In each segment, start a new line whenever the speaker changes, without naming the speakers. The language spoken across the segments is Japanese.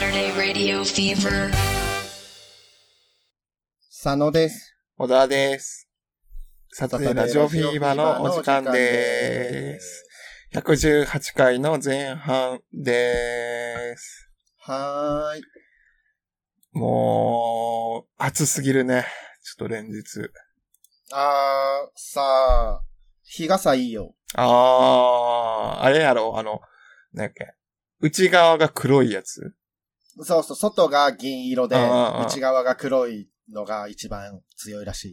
Radio Fever.
佐野です。
小田です。撮影ラジオフィーバーのお時間でーす。。118回の前半でーす。
はーい。
もう、暑すぎるね。ちょっと連日。
あー、さあ、日傘いいよ。
あー、あれやろ、あの、なんやっけ。内側が黒いやつ。
そうそう、外が銀色で、
あーあー
内側が黒いのが一番強いらし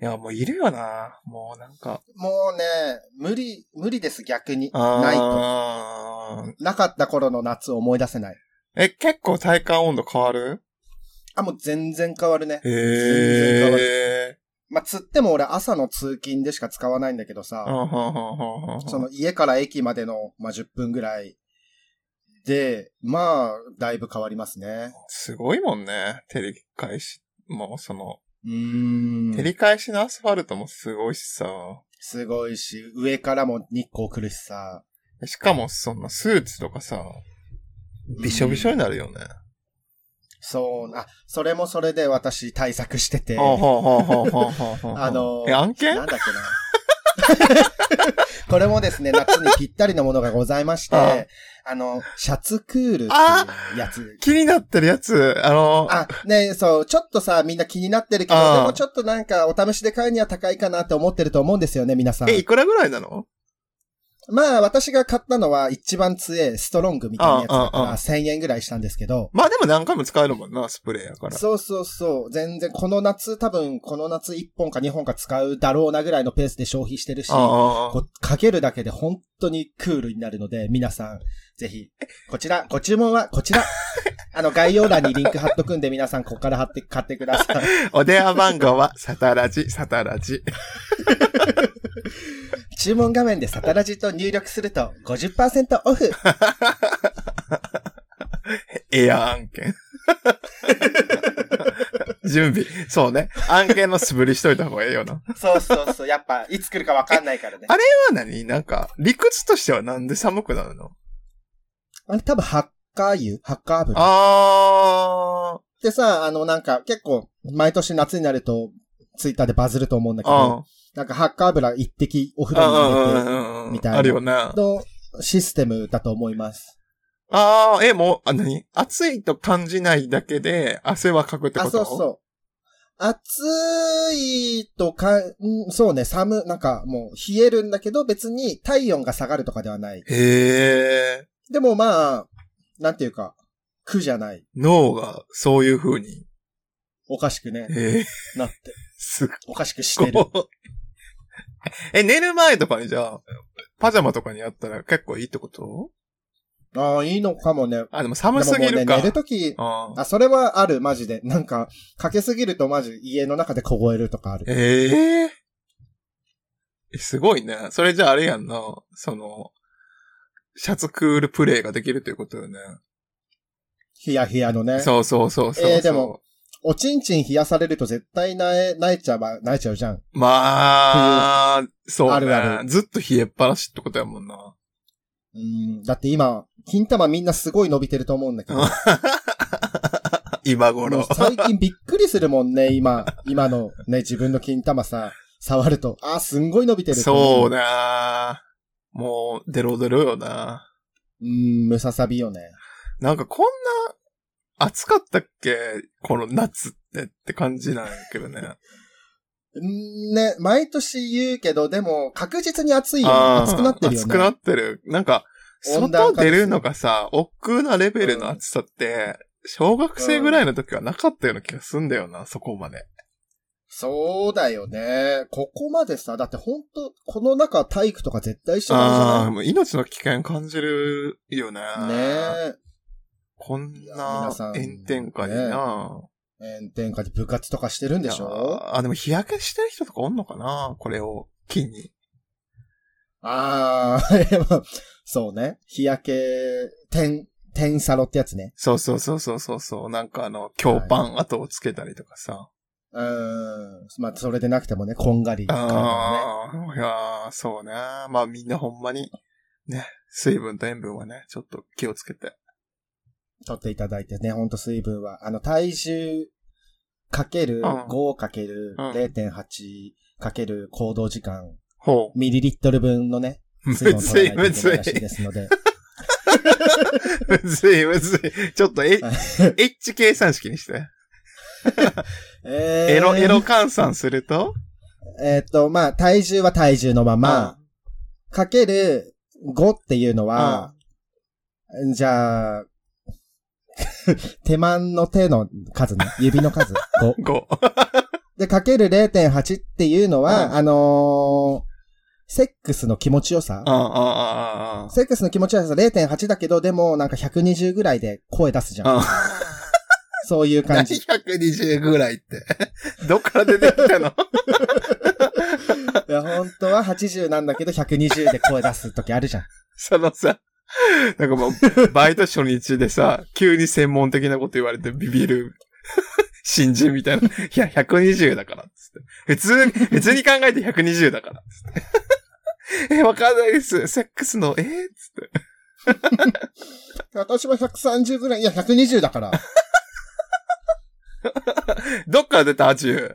い。
いや、もういるよな。もうなんか。
もうね、無理、無理です、逆に。ないと。
あー。
なかった頃の夏を思い出せない。
え、結構体感温度変わる
あ、もう全然変わるね。然変わ
へー。
まあ、つっても俺朝の通勤でしか使わないんだけどさ。
うんうんうんうんうん
その家から駅までの、まあ、10分ぐらいで、まあ、だいぶ変わりますね。
すごいもんね。照り返し、もうその、
うー
照
ん。
り返しのアスファルトもすごいしさ。
すごいし、上からも日光来るしさ。
しかもそんなスーツとかさ、びしょびしょになるよね。
そうな、それもそれで私対策してて。
ほうほうほうほうほうほうほう
あのー
え、案件
なんだっけな。 これもですね、夏にぴったりのものがございまして、
あ
あの、シャツクールっていうやつ。
気になってるやつ、あの ー、
あ、ねえそう、ちょっとさ、みんな気になってるけど、
ああ
でもちょっとなんか、お試しで買うには高いかなって思ってると思うんですよね、皆さん。
え、いくらぐらいなの
まあ、私が買ったのは一番強いストロングみたいなやつだか
あああ
ら、1000円ぐらいしたんですけど、
まあでも何回も使えるもんな、スプレーやから。
そうそうそう、全然この夏、多分この夏1本か2本か使うだろうなぐらいのペースで消費してるし、こ
ああ
うかけるだけで本当にクールになるので、皆さん、ぜひ、こちら、ご注文はこ ちら。あの、概要欄にリンク貼っとくんで、皆さん、ここから貼って、買ってください。
お電話番号は、サタラジ、サタラジ。
注文画面でサタラジと入力すると50%オフ。
エア案件。準備。そうね。案件の素振りしといた方がええよな。
そうそうそう。やっぱ、いつ来るかわかんないからね
あは何なんか、理屈としてはなんで寒くなるの
あれ多分ハッカー油ハッカー油っ
あ
てさ、あのなんか結構毎年夏になるとツイッターでバズると思うんだ
ー。
けど、
あ
なんかハッカー油一滴お
ー。
風呂に入れて
あ
み
み
たいな
たいな。あるよな。
のシステムだと思います。
ああ、え、もう、あ、何暑いと感じないだけで、汗はかくってこ
あ、
と
そうそう。暑いとか、んそうね、寒、なんかもう冷えるんだけど別に体温が下がるとかではない。
う。へえ、
でもまあ、なんていうか、苦じゃない。
脳がそういう風に。
おかしく ね、
へえ、
なって、
すっ
おかしくしてる。
ごい。え、寝る前とかにじゃあ、パジャマとかにやったら結構いいってこと
ああ、いいのかもね。
あ、でも
でも
寒すぎ
もうね、
るか。
寝るとき、
あー
あ、それはある、マジで。なんか、かけすぎるとマジ家の中で凍えるとかある。
えええすごいね。それじゃああれやんな。その、シャツクールプレイができるということよね。
ヒヤヒヤのね。
そうそうそうそうそう。
えーでも。おちんちん冷やされると絶対なえ、泣いちゃば、泣いちゃうじゃん。
まあ、そうね。
あるあ
ずっと冷えっぱなしってことやもんな。
うん。だって今、金玉みんなすごい伸びてると思うんだけ ど。
今
もう
頃。
最近びっくりするもんね、今。今のね、自分の金玉さ、触ると。あ、すんごい伸びてると思
そう。な。もう、デロデロよな。
うん、ムササビよね。
なんかこんな、暑かったっけこの夏ってって感じなんやけどね。
うんね、毎年言うけど、でも、確実に暑いよね。
ああ
暑くなってるよね。
暑くなってる。なんか、
温暖
外
化です
出るのがさ、億劫なレベルの暑さって、小学生ぐらいの時はなかったような気がすんだよな、そこまで。
そうだよね。ここまでさ、だってほんと、この中体育とか絶対一緒
あ
な
あ、
んじ
もう命の危険感じるよね。
ゃないね
こん
いや
な
皆さん
炎天下にな。
え。炎天下で部活とかしてるんでし
い
ょ
やあ、でも日焼けしてる人とかおんのかなこれを機に。
ああ、でも そうね。日焼け、天、天サロってやつね。
そうそうそうそうそうそう。なんかあの、強パン跡をつけたりとかさ。
うーん。まあ、それでなくてもね、こんがり。体
ああ、いやーそうね。まあみんなほんまに、ね、水分と塩分はね、ちょっと気をつけて。
取っていただいてね、ほんと水分は。あの、体重かける
うん
5かける
うん
0.8かける行動時間、
ほ
ミリリットル分のね、
う。むず
水分を取
い、
らな
む
いといけ
ず
ない
い
らし。いですので。
むずい、むずい。ちょっと、え、H 計算式にして。
えー
エロ、エロ換算すると
えーっと、まあ、体重は体重のまま、かける5っていうのは、じゃあ、 手間の手の数 ね。指の数。5。
うん、5。
で、かける0.8っていうのは、
うん
あのーセックスの気持ちよさ
あ。あ、ああ、
セックスの気持ちよさ0.8だけど、でもなんか120ぐらいで声出すじゃん。
ああ。
そういう感 じ。
120ぐらいって。 どっから出てきたの
いや、本当は80なんだけど、120で声出す時あるじゃん。
そのさ、なんかもう、バイト初日でさ、急に専門的なこと言われてビビる。新人みたいな。いや、120だから、つって。普通に、普通に考えて120だから、つって。え、わかんないです。セックスの、えーつって。
私は130ぐらい、いや、120だから。
どっから出たアジュ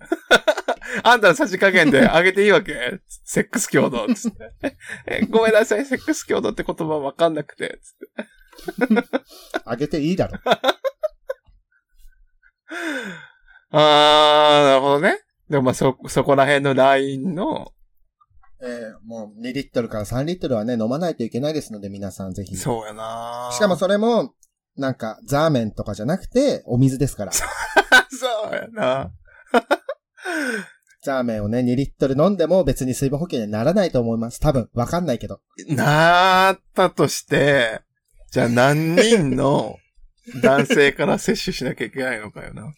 あんたのさじ加減で上げていいわけセックス強度つって。えごめんなさい、セックス強度って言葉わかんなくて。つって
上げていいだろ。
あー、なるほどね。でもまあそ、そこら辺のラインの、
えーもう2リットルから3リットルはね、飲まないといけないですので、皆さんぜひ。し
そうやな
かもそれも、なんか、ザーメンとかじゃなくて、お水ですから。
そうやな。
ザーメンをね、2リットル飲んでも別に水分補給にはならないと思います。多分、わかんないけど。
なったとして、じゃあ何 人の男性から摂取しなきゃいけないのかよな。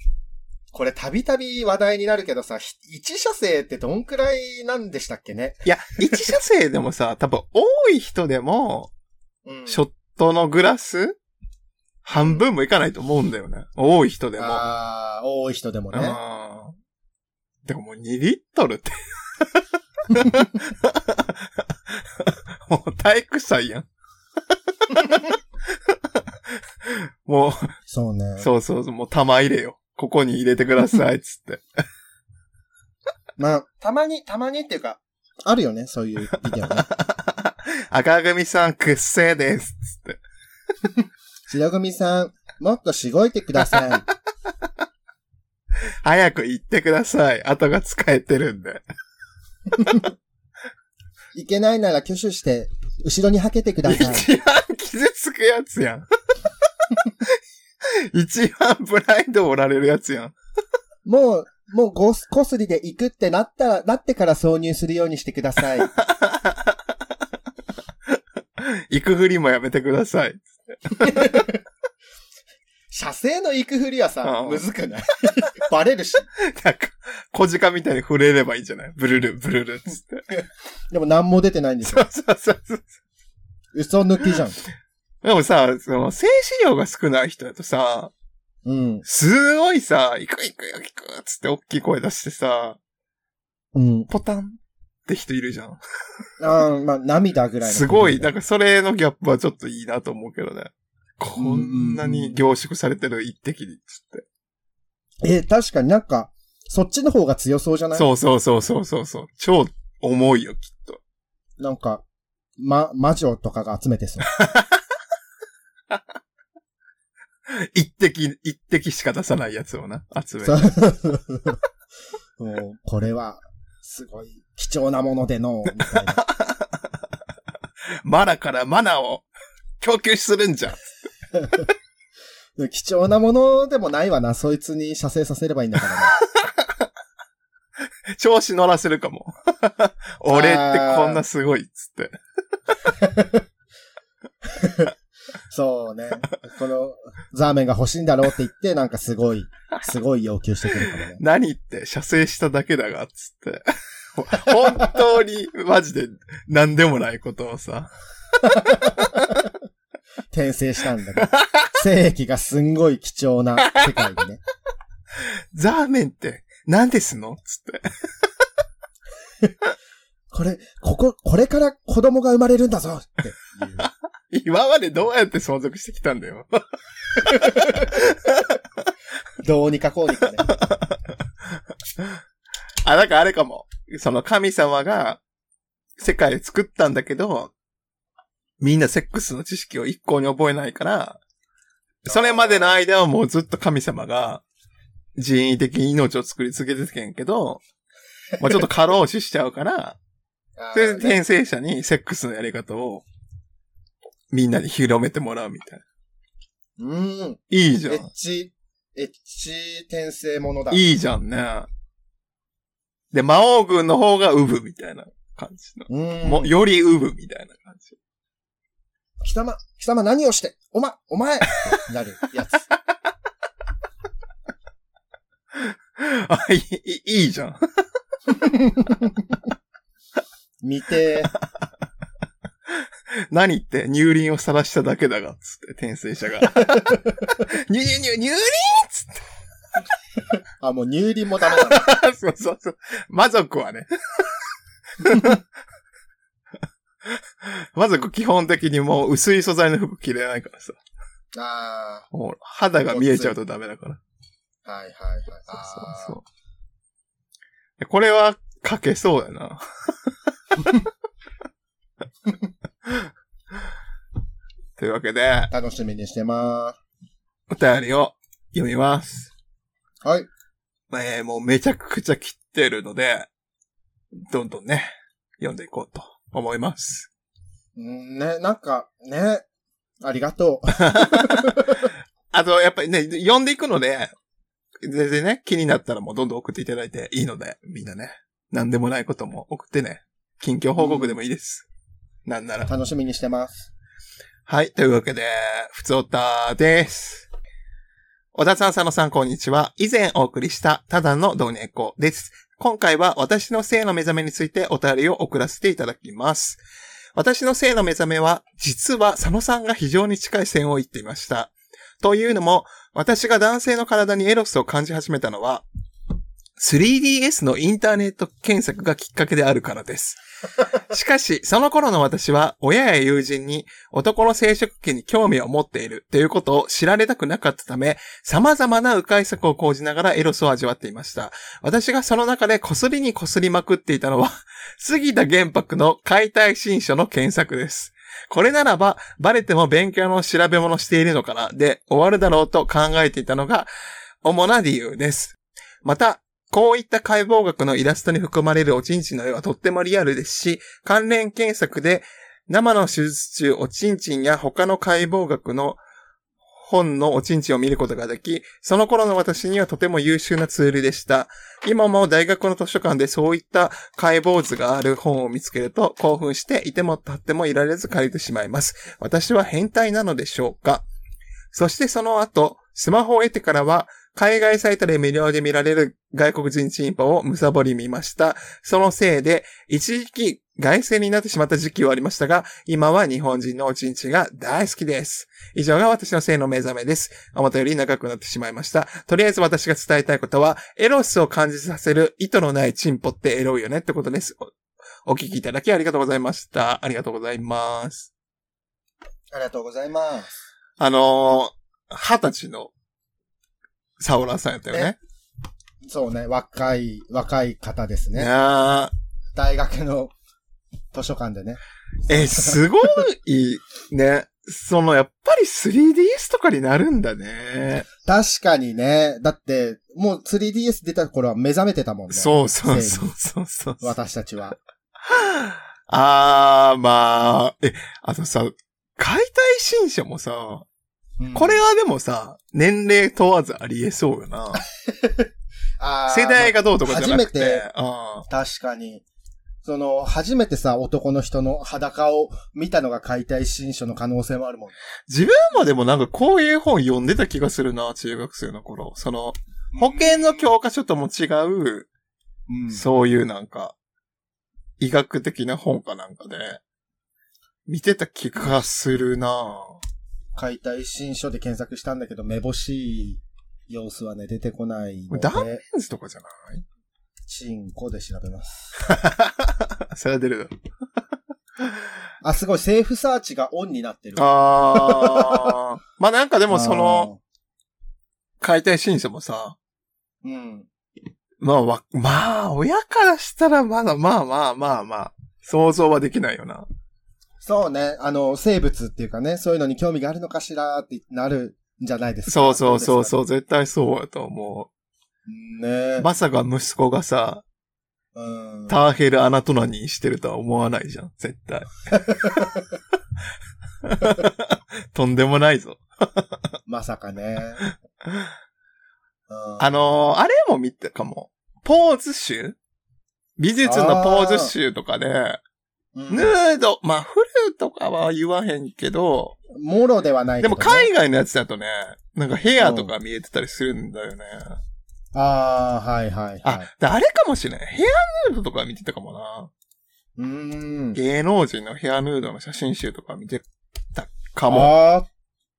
これ、たびたび話題になるけどさ、ひ一車生ってどんくらいなんでしたっけね
いや、一車生でもさ、多分多い人でも、
うん
ショットのグラス半分もいかないと思うんだよね。多い人でも。
あー多い人でもね。
うんでももう2リットルって。もう体育祭やん。も
そうね。
う、そうそうそう、もう玉入れよ。ここに入れてください、つって。
まあ、たまに、たまにっていうか、あるよね、そういうビデオね。
赤組さん、くっせーです、つって。
白組さん、もっとしごいてください。
早く行ってください。後が使えてるんで。
いけないなら挙手して、後ろにはけてくだ
一
さい。
番傷つくやつやん。 一番プライドおられるやつやん。
もう、もうごす、こすりで行くってなったら、なってから挿入するようにしてください。
行くふりもやめてください。
射精の行くふりは
うん
ずくない バレるし。
なんか、小鹿みたいに触れればいいんじゃないブ ルル、ブルルっつって。
でも何も出てないんです
そ
よ。
うそうそうそう。
嘘抜きじゃん。
でもさ、その、精子量が少ない人だとさ、
うん。
すごいさ、行く行くよ行くっつって大きい声出してさ、
うん。
ポタンって人いるじゃん。
あーまあ、涙ぐらいの。
すごい、なんかそれのギャップはちょっといいなと思うけどね。こんなに凝縮されてる一滴に、つって。
え、確かになんか、そっちの方が強そうじゃない
そうそうそうそうそうそう。超重いよ、きっと。
なんか、ま、魔女とかが集めてそう。
一滴、一滴しか出さないやつをな、 集める
そうもうこれは、すごい、貴重なものでの、みたいな。
マナからマナを供給するんじゃん。
でも貴重なも のでもないわな。そいつに射精させればいいんだ からね。
調子乗らせるかも。 俺ってこんなすごいっつって。
そうね。この、ザーメンが欲しいんだろうって言って、なんかすごい、すごい要求してくるかもね。
何言って、射精しただけだが、つって。 本当に、マジで、何でもないことをさ。
転生したんだ けど。精液がすんごい貴重な世界にね。
ザーメンって、何ですのつって。
これ、ここ、これから子供が生まれるんだぞっていう。
今までどうやって存続してきたんだよ。
どうにかこうにかね。
あ、なんかあれかも。その神様が世界作ったんだけど、みんなセックスの知識を一向に覚えないから、それまでの間はもうずっと神様が人為的に命を作り続けてけんけど、まあちょっと過労死しちゃうから、それで転生者にセックスのやり方をみんなに広めてもらうみたいな。
うん。
いいじゃ
エッ
ん。
チ、エッチ転生ものだ。
いいじゃんね。で、魔王軍の方がウブみたいな感じの。
うん。
も、よりウブみたいな感じ。
貴様、貴様何をして、おま、お前なるやつ。
あ、いい、いいじゃん。
見て、
何言って、乳輪を晒しただけだが、つって、転 生者が。乳輪、乳輪、乳
あ、もう入輪もダメだ。
輪 そうそうそう。魔族はね。 魔族基本的にもう薄い素材の服着れないからさ。
あ
もう肌が見えちゃうとダメだから。
あ、はいはいはい。
そう
あ
そ
ー
うそう。これは書けそうだな。 というわけで、
楽しみにしてまーす。
お便りを読みます。
はい。
えー、もうめちゃくちゃ切ってるので、どんどんね、読んでいこうと思います。
うんね、なんか、ね、ありがとう。
あと、やっぱりね、読んでいくので、全然ね、気になったらもうどんどん送っていただいていいので、みんなね、なんでもないことも送ってね、近況報告でもいいです。なんなら。
楽しみにしてます。
はい。というわけで、ふつおたです。小田さんさんのさんこんにちは。以前お送りした、ただの同年校です。今回は私の性の目覚めについてお便りを送らせていただきます。私の性の目覚めは、実は佐野さんが非常に近い線を言っていました。というのも、私が男性の体にエロスを感じ始めたのは、3DS のインターネット検索がきっかけであるからです。しかし、その頃の私は、親や友人に、男の生殖器に興味を持っているということを知られたくなかったため、様々な迂回策を講じながらエロスを味わっていました。私がその中でこすりにこすりまくっていたのは、 杉田玄白の解体新書の検索です。これならば、バレても勉強の調べ物しているのかな、で終わるだろうと考えていたのが、主な理由です。また、こういった解剖学のイラストに含まれるおちんちんの絵はとってもリアルですし、関連検索で生の手術中、おちんちんや他の解剖学の本のおちんちんを見ることができ、その頃の私にはとても優秀なツールでした。今も大学の図書館でそういった解剖図がある本を見つけると興奮していても立ってもいられず借りてしまいます。私は変態なのでしょうかそしてその後、スマホを得てからは、海外サイトで無料で見られる外国人チンポをむさぼり見ました。そのせいで、一時期外星になってしまった時期はありましたが、今は日本人のおちんちんが大好きです。以上が私の性の目覚めです。思ったより長くなってしまいました。とりあえず私が伝えたいことは、エロスを感じさせる意図のないチンポってエロいよねってことです。おお聞きいただきありがとうございました。ありがとうございます。
ありがとうございます。
あのー、二十歳のサオラーさんやったよね。
そうね、若い、若い方です
い
ね。
やー
大学の図書館でね。
え、すごいね。その、やっぱり 3DS とかになるんだね。
確かにね、だって、もう 3DS 出た頃は目覚めてたもんね。
そうそうそうそうそう。
私たちは。
あー、まあ、え、あとさ、解体新書もさ、
うん
これはでもさ、年齢問わずありえそうよな。
あー
世代がどうとかじゃなくて。
確かに。その、初めてさ、男の人の裸を見たのが解体新書の可能性もあるもん。
自分もでもなんかこういう本読んでた気がするな、中学生の頃。その、保険の教科書とも違う、
うん
そういうなんか、医学的な本かなんかで、見てた気がするな
解体新書で検索したんだけど、めぼしい様子はね、出てこないので
ダ、メンズとかじゃない
チンコで調べます。
それは出るだろ。
あ、すごい、セーフサーチがオンになってる。
あー。 まあなんかで
で
もその、、解体新書もさ、
うん。
まあわ、まあ、親からしたらまだ、まあまあまあまあ、想像はできないよな。
そうね、あの、生物っていうかね、そういうのに興味があるのかしらってなるんじゃないですか。
そうそうそう
う。
そう、絶対そうやと思
ね
う。まさか息子がさ、
うん。
ターヘル・アナトナニーしてるとは思わないじゃん、絶対。 とんでもないぞ。
まさか ね。うん
あのーあれも見たかも。ポーズ集美術のポーズ集とかで、
うん
ヌード、まあ、フルとかは言わへんけど、
もろではないけ
で
ど、ね。
も海外のやつだとね、なんかヘアとか見えてたりするんだよね。
ああ、はいはい
あ
はい。、
であれかもしれない。ヘアヌードとか見てたかもな。
うーん。
芸能人のヘアヌードの写真集とか見てたかも。
あっ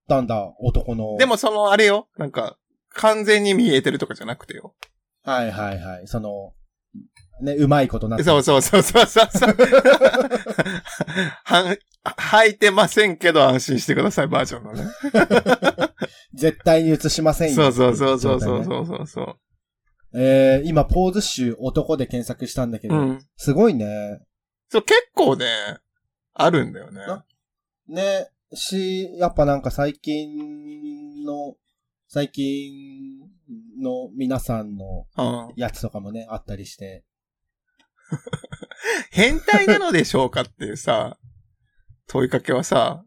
たんだ、男の。
で、もその、あれよ。なんか、完全に見えてるとかじゃなくてよ。
はいはいはい。その、ね、うまいことなって
そうそうそうそうそうそう。はん、履いてませんけど安心してくださいバージョンのね。
絶対に映しませんよ。
そうそうそうそうそう
状態ね
そうそうそ
えー、今、ポーズ集男で検索したんだけ
う。う
ど、
ん。
すごいね。
そう、結構ね、あるんだよね。
あね、し、やっぱなんか最近の、最近の皆さんの
うん。
やつとかもね、あったりして。
変態なのでしょうかっていうさ、 問いかけはさ、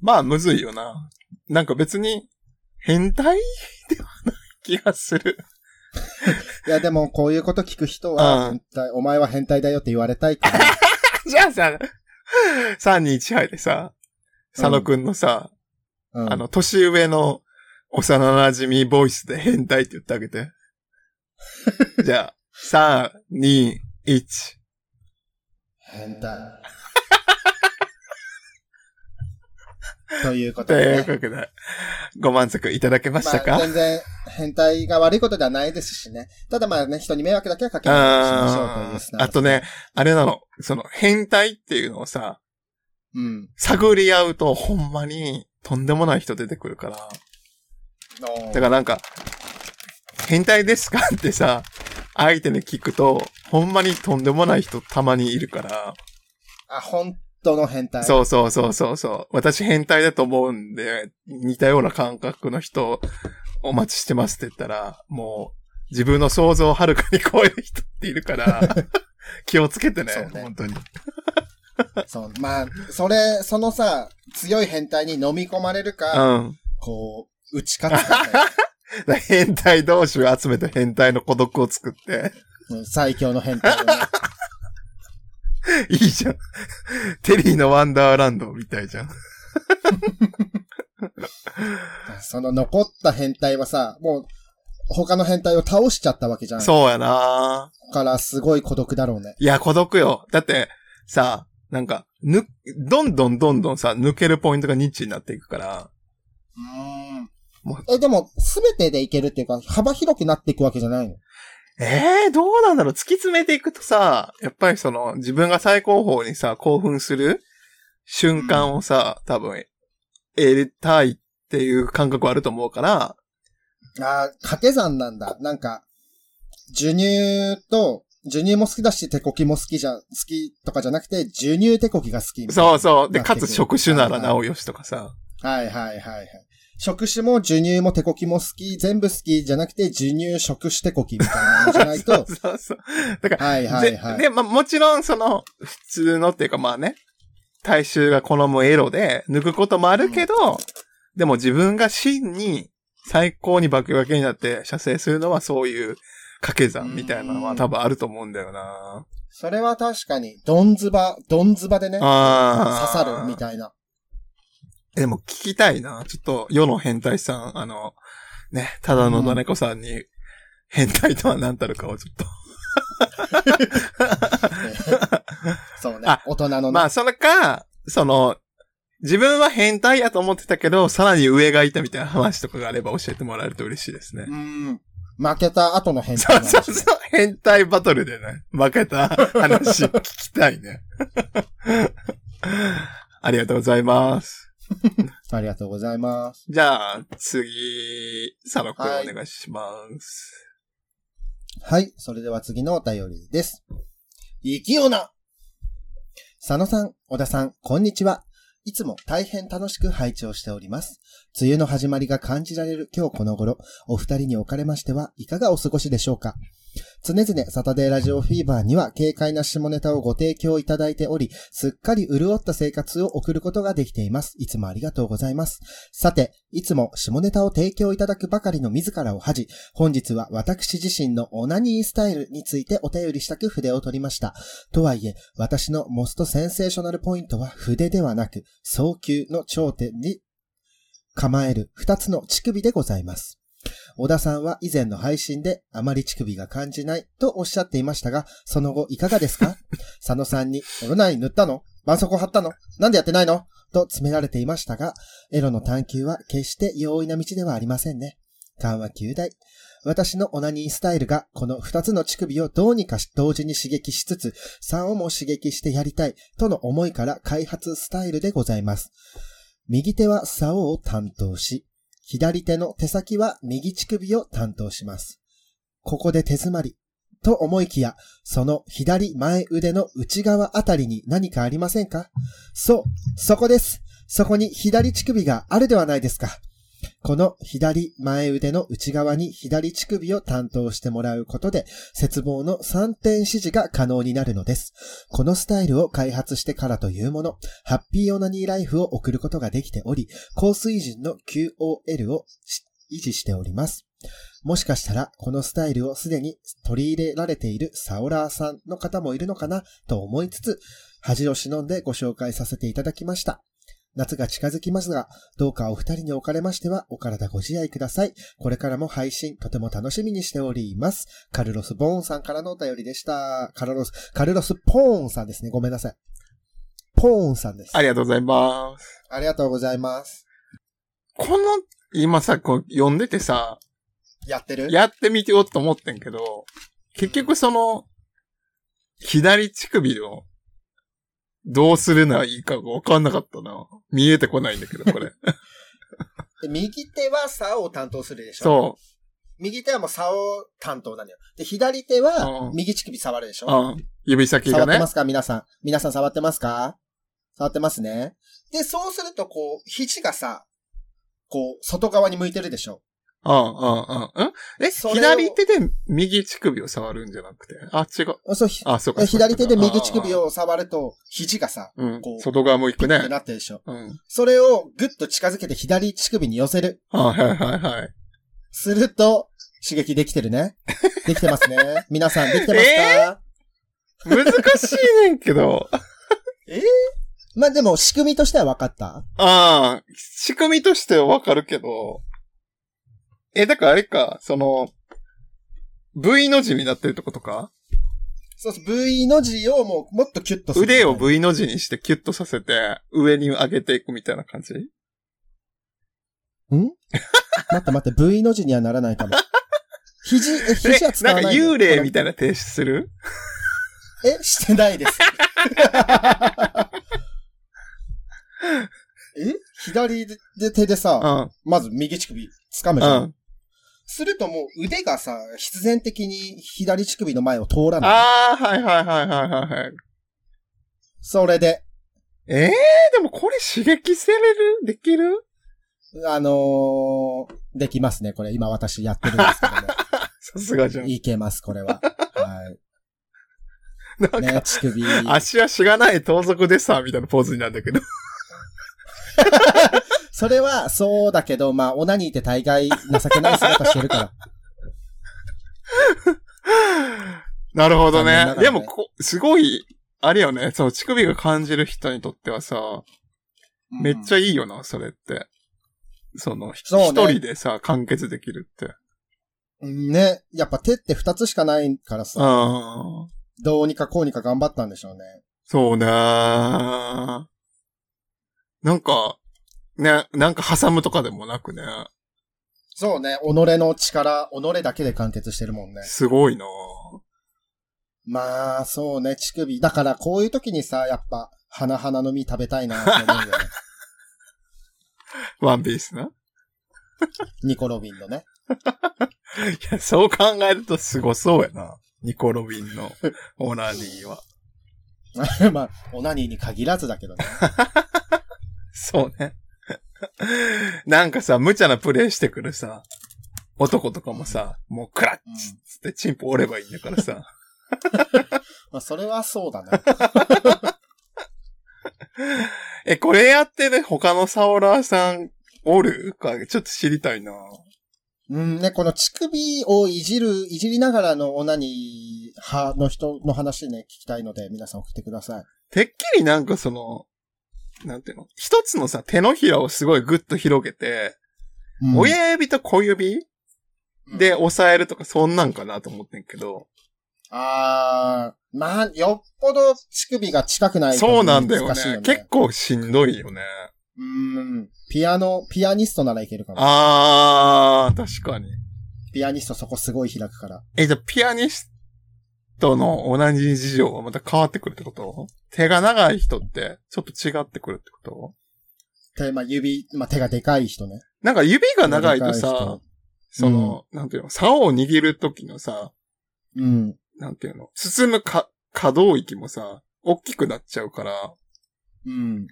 まあ、むずいよな。なんか別に、変態ではない気がする。
いや、でもこういうこと聞く人は、
うん
変態お前は変態だよって言われたいから。
じゃあさ、3、2、1杯でさ、佐野くんのさ、
うん
あの、年上の幼馴染みボイスで変態って言ってあげ て。じゃあ、3、2、1。
変 態。ということ
と
で、
いう
ね。
わけで、ご満足いただけました
まあ、
か、
全然変態が悪いことではないですしね。ただまあね、人に迷惑だけはかけないようにしましょうというスタン
あー
ス
あとね、、あれなの、その、変態っていうのをさ、
うん。
探り合うとほんまにとんでもない人出てくるから。
おー
だからなんか、変態ですかってさ、相手に聞くと、ほんまにとんでもない人たまにいるから、
あ、本当の変態。
そうそうそうそうそう、私変態だと思うんで、似たような感覚の人お待ちしてますって言ったら、もう自分の想像をはるかに超える人っているから、 気をつけてね、
そうね
本当に。
そう。まあ、それ、そのさ、強い変態に飲み込まれるか、
うん。
こう、打ち勝つかね、
だから変態同士を集めて変態の孤独を作って、
うん最強の変態をね。
いいじゃん。 テリーのワンダーランドみたいじゃん。
その残った変態はさ、もう、他の変態を倒しちゃったわけじゃん。
そうやな
から、すごい孤独だろうね。
いや、孤独よ。だって、さ、なんか、ぬ、どんどんどんどんさ、抜けるポイントがニッチになっていくから、もう
え、でも、すべてでいけるっていうか、幅広くなっていくわけじゃないの
ええー、どうなんだろう突き詰めていくとさ、やっぱりその、自分が最高峰にさ、興奮する瞬間をさ、多分、得たいっていう感覚はあると思うから、
ああ、掛け算なんだ。なんか、授乳と、授乳も好きだし、手こきも好きじゃ、好きとかじゃなくて、授乳手こきが好き。
そうそう。で、
なって
か
くる
つ職種ならなおよしとかさ、
はいはいはいはい。職種も授乳も手こきも好き、全部好きじゃなくて、授乳、職種手こきみたいなのじゃ ないと。
そ
は
うそうそう。だから、
いはいはい。
で、でまあ、もちろん、その、普通のっていうか、まあね、大衆が好むエロで抜くこともあるけど、でも自分が真に最高に爆上けになって射精するのはそういう掛け算みたいなのは多分あると思うんだよな。
それは確かに、ドンズバ、ドンズバでね、刺
ああ。
さるみたいな。
でも聞きたいな。ちょっと世の変態さん、あの、ね、ただのダネコさんに、変態とは何たるかをちょっと。
そうね
あ。
大人のね。
まあ、そのか、その、自分は変態やと思ってたけど、さらに上がいたみたいな話とかがあれば教えてもらえると嬉しいですね
う。ん。負けた後の変態の
そうそう
話。
そう、変態バトルでね、負けた話聞きたいね。 ありがとうございます。
ありがとうございます。
じゃあ、次、サロ君お願いします。
はい。それでは次のお便りです。生きよな佐野さん、小田さん、こんにちは。いつも大変楽しく拝聴しております。梅雨の始まりが感じられる今日この頃、お二人におかれましてはいかがお過ごしでしょうか常々サタデーラジオフィーバーには軽快な下ネタをご提供いただいており、すっかり潤った生活を送ることができています。いつもありがとうございます。さて、いつも下ネタを提供いただくばかりの自らを恥じ、本日は私自身のオナニースタイルについてお便りしたく筆を取りました。とはいえ、私のモストセンセーショナルポイントは筆ではなく、早急の頂点に構える二つの乳首でございます。小田さんは以前の配信であまり乳首が感じないとおっしゃっていましたが、その後いかがですか佐野さんに、オロナイン塗ったの絆創膏貼ったのなんでやってないのと詰められていましたが、エロの探求は決して容易な道ではありませんね。緩和9大。私のオナニースタイルが、この二つの乳首をどうにかし同時に刺激しつつ、3をも刺激してやりたい、との思いから開発スタイルでございます。右手は竿を担当し、左手の手先は右乳首を担当します。ここで手詰まり、と思いきや、その左前腕の内側あたりに何かありませんかそう、そこです。そこに左乳首があるではないですか。この左前腕の内側に左乳首を担当してもらうことで、絶望の3点指示が可能になるのです。このスタイルを開発してからというもの、ハッピーオナニーライフを送ることができており、高水準の QOL をし維持しております。もしかしたら、このスタイルをすでに取り入れられているサオラーさんの方もいるのかなと思いつつ、恥を忍んでご紹介させていただきました。夏が近づきますが、どうかお二人におかれましては、お体ご自愛ください。これからも配信、とても楽しみにしております。カルロス・ボーンさんからのお便りでした。カルロス、カルロス・ポーンさんですね。ごめんなさい。ポーンさんです。
ありがとうございます。
ありがとうございます。
この、今さ、こう、読んでてさ、
やってる
やってみてよって思ってんけど、結局その、左乳首を、どうするのはいいかがわかんなかったな。見えてこないんだけど、 これ。
右手は竿を担当するでしょ
そ
右手はもう竿担当なのよ。で、左手は
う、ん
右乳首触るでし
う。
ょ
うん。指先
触
が
って
ね
ま。すか皆さん。皆さん触ってますか触ってますね。で、そうすると、こう、肘がさ、こう、外側に向いてるでしょ。
うん、うん、うん。んえ、
それを
左手で右乳首を触るんじゃなくて。あ、違う。
そう、ひ
あ、そうか。
左手で右乳首
を。
を触ると、肘がさ、
うん
こ。う
外側も行
ピ
く
ッて
ね。
なってるでしょ。
うん。
それをぐっと近づけて左乳首に寄せる。
あ、はいはいはい。
すると、刺激できてるね。できてますね。皆さん、できて ますか、
難しいねんけど。
まあでも、仕組みとしては分かった
ああ、仕組みとしてはわかるけど。え、だからあれか、その、V の字になってるってことか
そうそう、V の字をもう、もっとキュッとする。
腕を V の字にしてキュッとさせて、上に上げていくみたいな感じ
ん待って待って、V の字にはならない かも。肘、え、
え
肘は使
な
わ
ん
ない
か
で
幽霊み
こ
たいな提出する
のえ、してない です。え左で手で
う
さ、
ん、
まず右乳首、掴む
う
じゃん。
ん。
するともう腕がさ、必然的に左乳首の前を通らない。
ああ、はいはいはいはいはいはい。
それで、
ええでもこれ刺激せれるできる
あのー、できますね、これ。今私やってるんですけども。
さすがじゃ ん。
いけます、これは。は
なんか、
い。ね、乳首。
足はしがない盗賊でさ、みたいなポーズになるんだけど。
それは、そうだけど、まあ、オナニーって大概情けない姿してるから。
なるほど
残念な
ね
がら。ね
でもこ、すごい、あれよね、その乳首が感じる人にとってはさ、 めっち
ゃ、
ゃいいよな、それって。その、ひ
そうね
一、人でさ、完結できるって。
ね、やっぱ手って二つしかないからさ、
ああ、
どうにかこうにか頑張ったんでしょうね。
そうねー。なんか、ね、なんか挟むとかでもなくね、
そうね、己の力、己だけで完結してるもんね。
すごいなー
まあ、そうね、乳首。だから、こういう時にさ、やっぱ、花々の実食べたいなって思うんだよね。
ワンピースな。
ニコロビンのね。
いや、そう考えるとすごそうやな。ニコロビンのオナニーは。
まあ、オナニーに限らずだけどね。
そうね。なんかさ、無茶なプレイしてくるさ、男とかもさ、もうクラッ
うん
チっつってチンポ折ればいいんだからさ。
まあ、それはそうだな。
え、これやってる他のサオラーさんおるか、ちょっと知りたいな。
うん、ね、この乳首をいじる、いじりながらのオナニー派の人の話ね、聞きたいので、皆さん送ってください。
てっきりなんかその、なんていうの一つのさ、手のひらをすごいグッと広げて、
うん
親指と小指で押さえるとかそんなんかなと思ってんけど、
あー、まあ、よっぽど乳首が近くないと
そうなんだよ
難しい
ね。結構しんどいよね。
うん。ピアノ、ピアニストならいけるかも。
あー、確かに。
ピアニストそこすごい開くから。
え、じゃあピアニストの同じ事情はまた変わってくるってこと手が長い人って、ちょっと違ってくるってこと
手、まあ、指、まあ、手がでかい人ね。
なんか指が長いと
手がでか
さ、その、なんていうの、竿を握るときのさ、
い人うん。
なんていうの、進むか、可動域もさ、大きくなっちゃうから、
うん。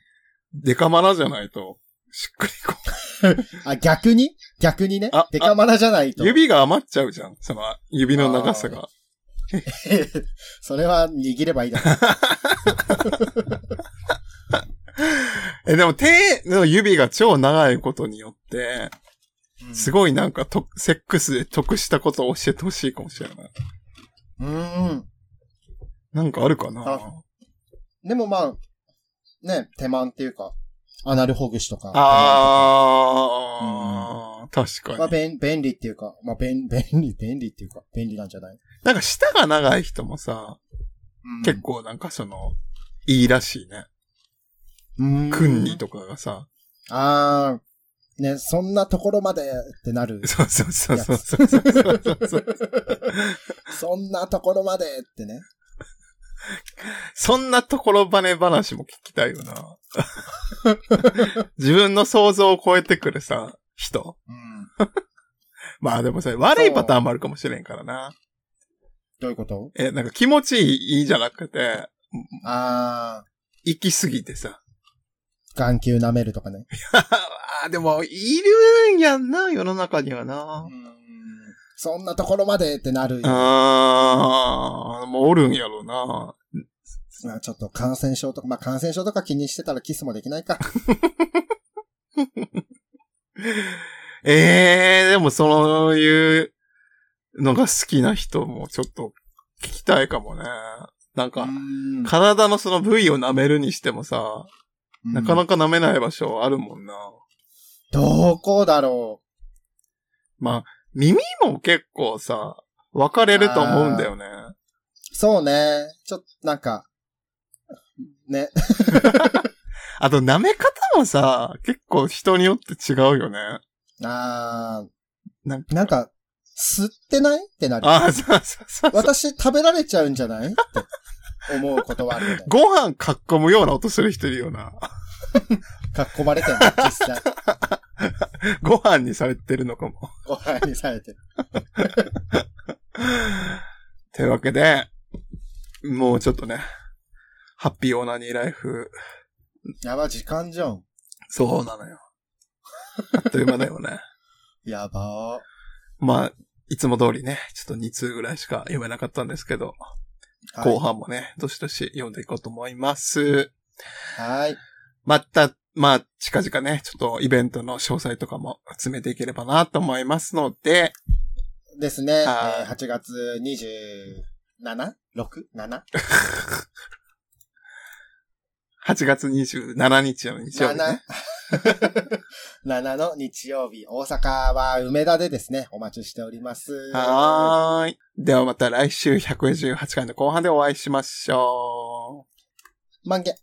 デカマラじゃないと、しっくりこ
あ、逆に逆にね
あ。。
デカマラじゃないうと。
指が余っちゃうじゃん、その、指の長さが。
それは握ればいいだろ。
え、でも手の指が超長いことによって、 すごいなんかと、セックスで得したことを教えてほしいかもしれない。
うん。
なんかあるかな
あでもまあ、ね、手満っていうか、アナルホグシとか。
あー、確
まあ、
かに。
便、便利っていうか、まあ、便、便利、便利っていうか、便利なんじゃない、
なんか舌が長い人もさ、
うん、
結構なんかその、いいらしいね。
うん
クンニとかがさ、。
あー、ね、そんなところまでってなる
そうそうそうそうそうそうそう そう。
そんなところまでってね。
そんなところバネ話も聞きたいよな。自分の想像を超えてくるさ、人。
うん。
まあでもさ、悪いパターンもあるかもしれんからな。
どういうこと
え、なんか気持ちいいいいじゃなくて、
あ
行き過ぎてさ。
ー、眼球舐めるとかね。
あーでも、いるんやんな、世の中にはな。
そんなところまでってなるよ。
ああ、もうおるんやろうな。
まあちょっと感染症とか、まあ感染症とか気にしてたらキスもできないか。
ええー、でもそういうのが好きな人もちょっと聞きたいかもね。なんか、
うん
体のその部位を舐めるにしてもさ、なかなか舐めない場所あるもんな。
どこだろ
まあ、耳も結構さ、分かれると思うんだよね。
う。そうね。ちょっと、なんか、ね。
あと舐め方もさ、結構人によって違うよね。
あ
なん
ー、なんか、吸ってないってなる。
ああ、そうそうそう。
私食べられちゃうんじゃないって思うことはあるよね。
ご飯かっこむような音する人いるよな。
かっこまれてる実際。
ご飯にされてるのかも。
ご飯にされてる。
というわけで、もうちょっとね、ハッピーオーナニーライフ、
やば、時間じゃん。
そうなのよ。あっという間だよね。
やば
まあ、いつも通りね、ちょっと2通ぐらいしか読めなかったんですけど、
ー。はい
後半もね、どしどし読んでいこうと思います。
はい。
また、まあ、近々ね、ちょっとイベントの詳細とかも詰めていければなと思いますので、
ですね。え
はい
ー8月 27?6?7?
8月27日の日曜 日、ね。
7の日曜日、大阪は梅田でですね、お待ちしております。
はーい。ではまた来週118回の後半でお会いしましょう。
満月。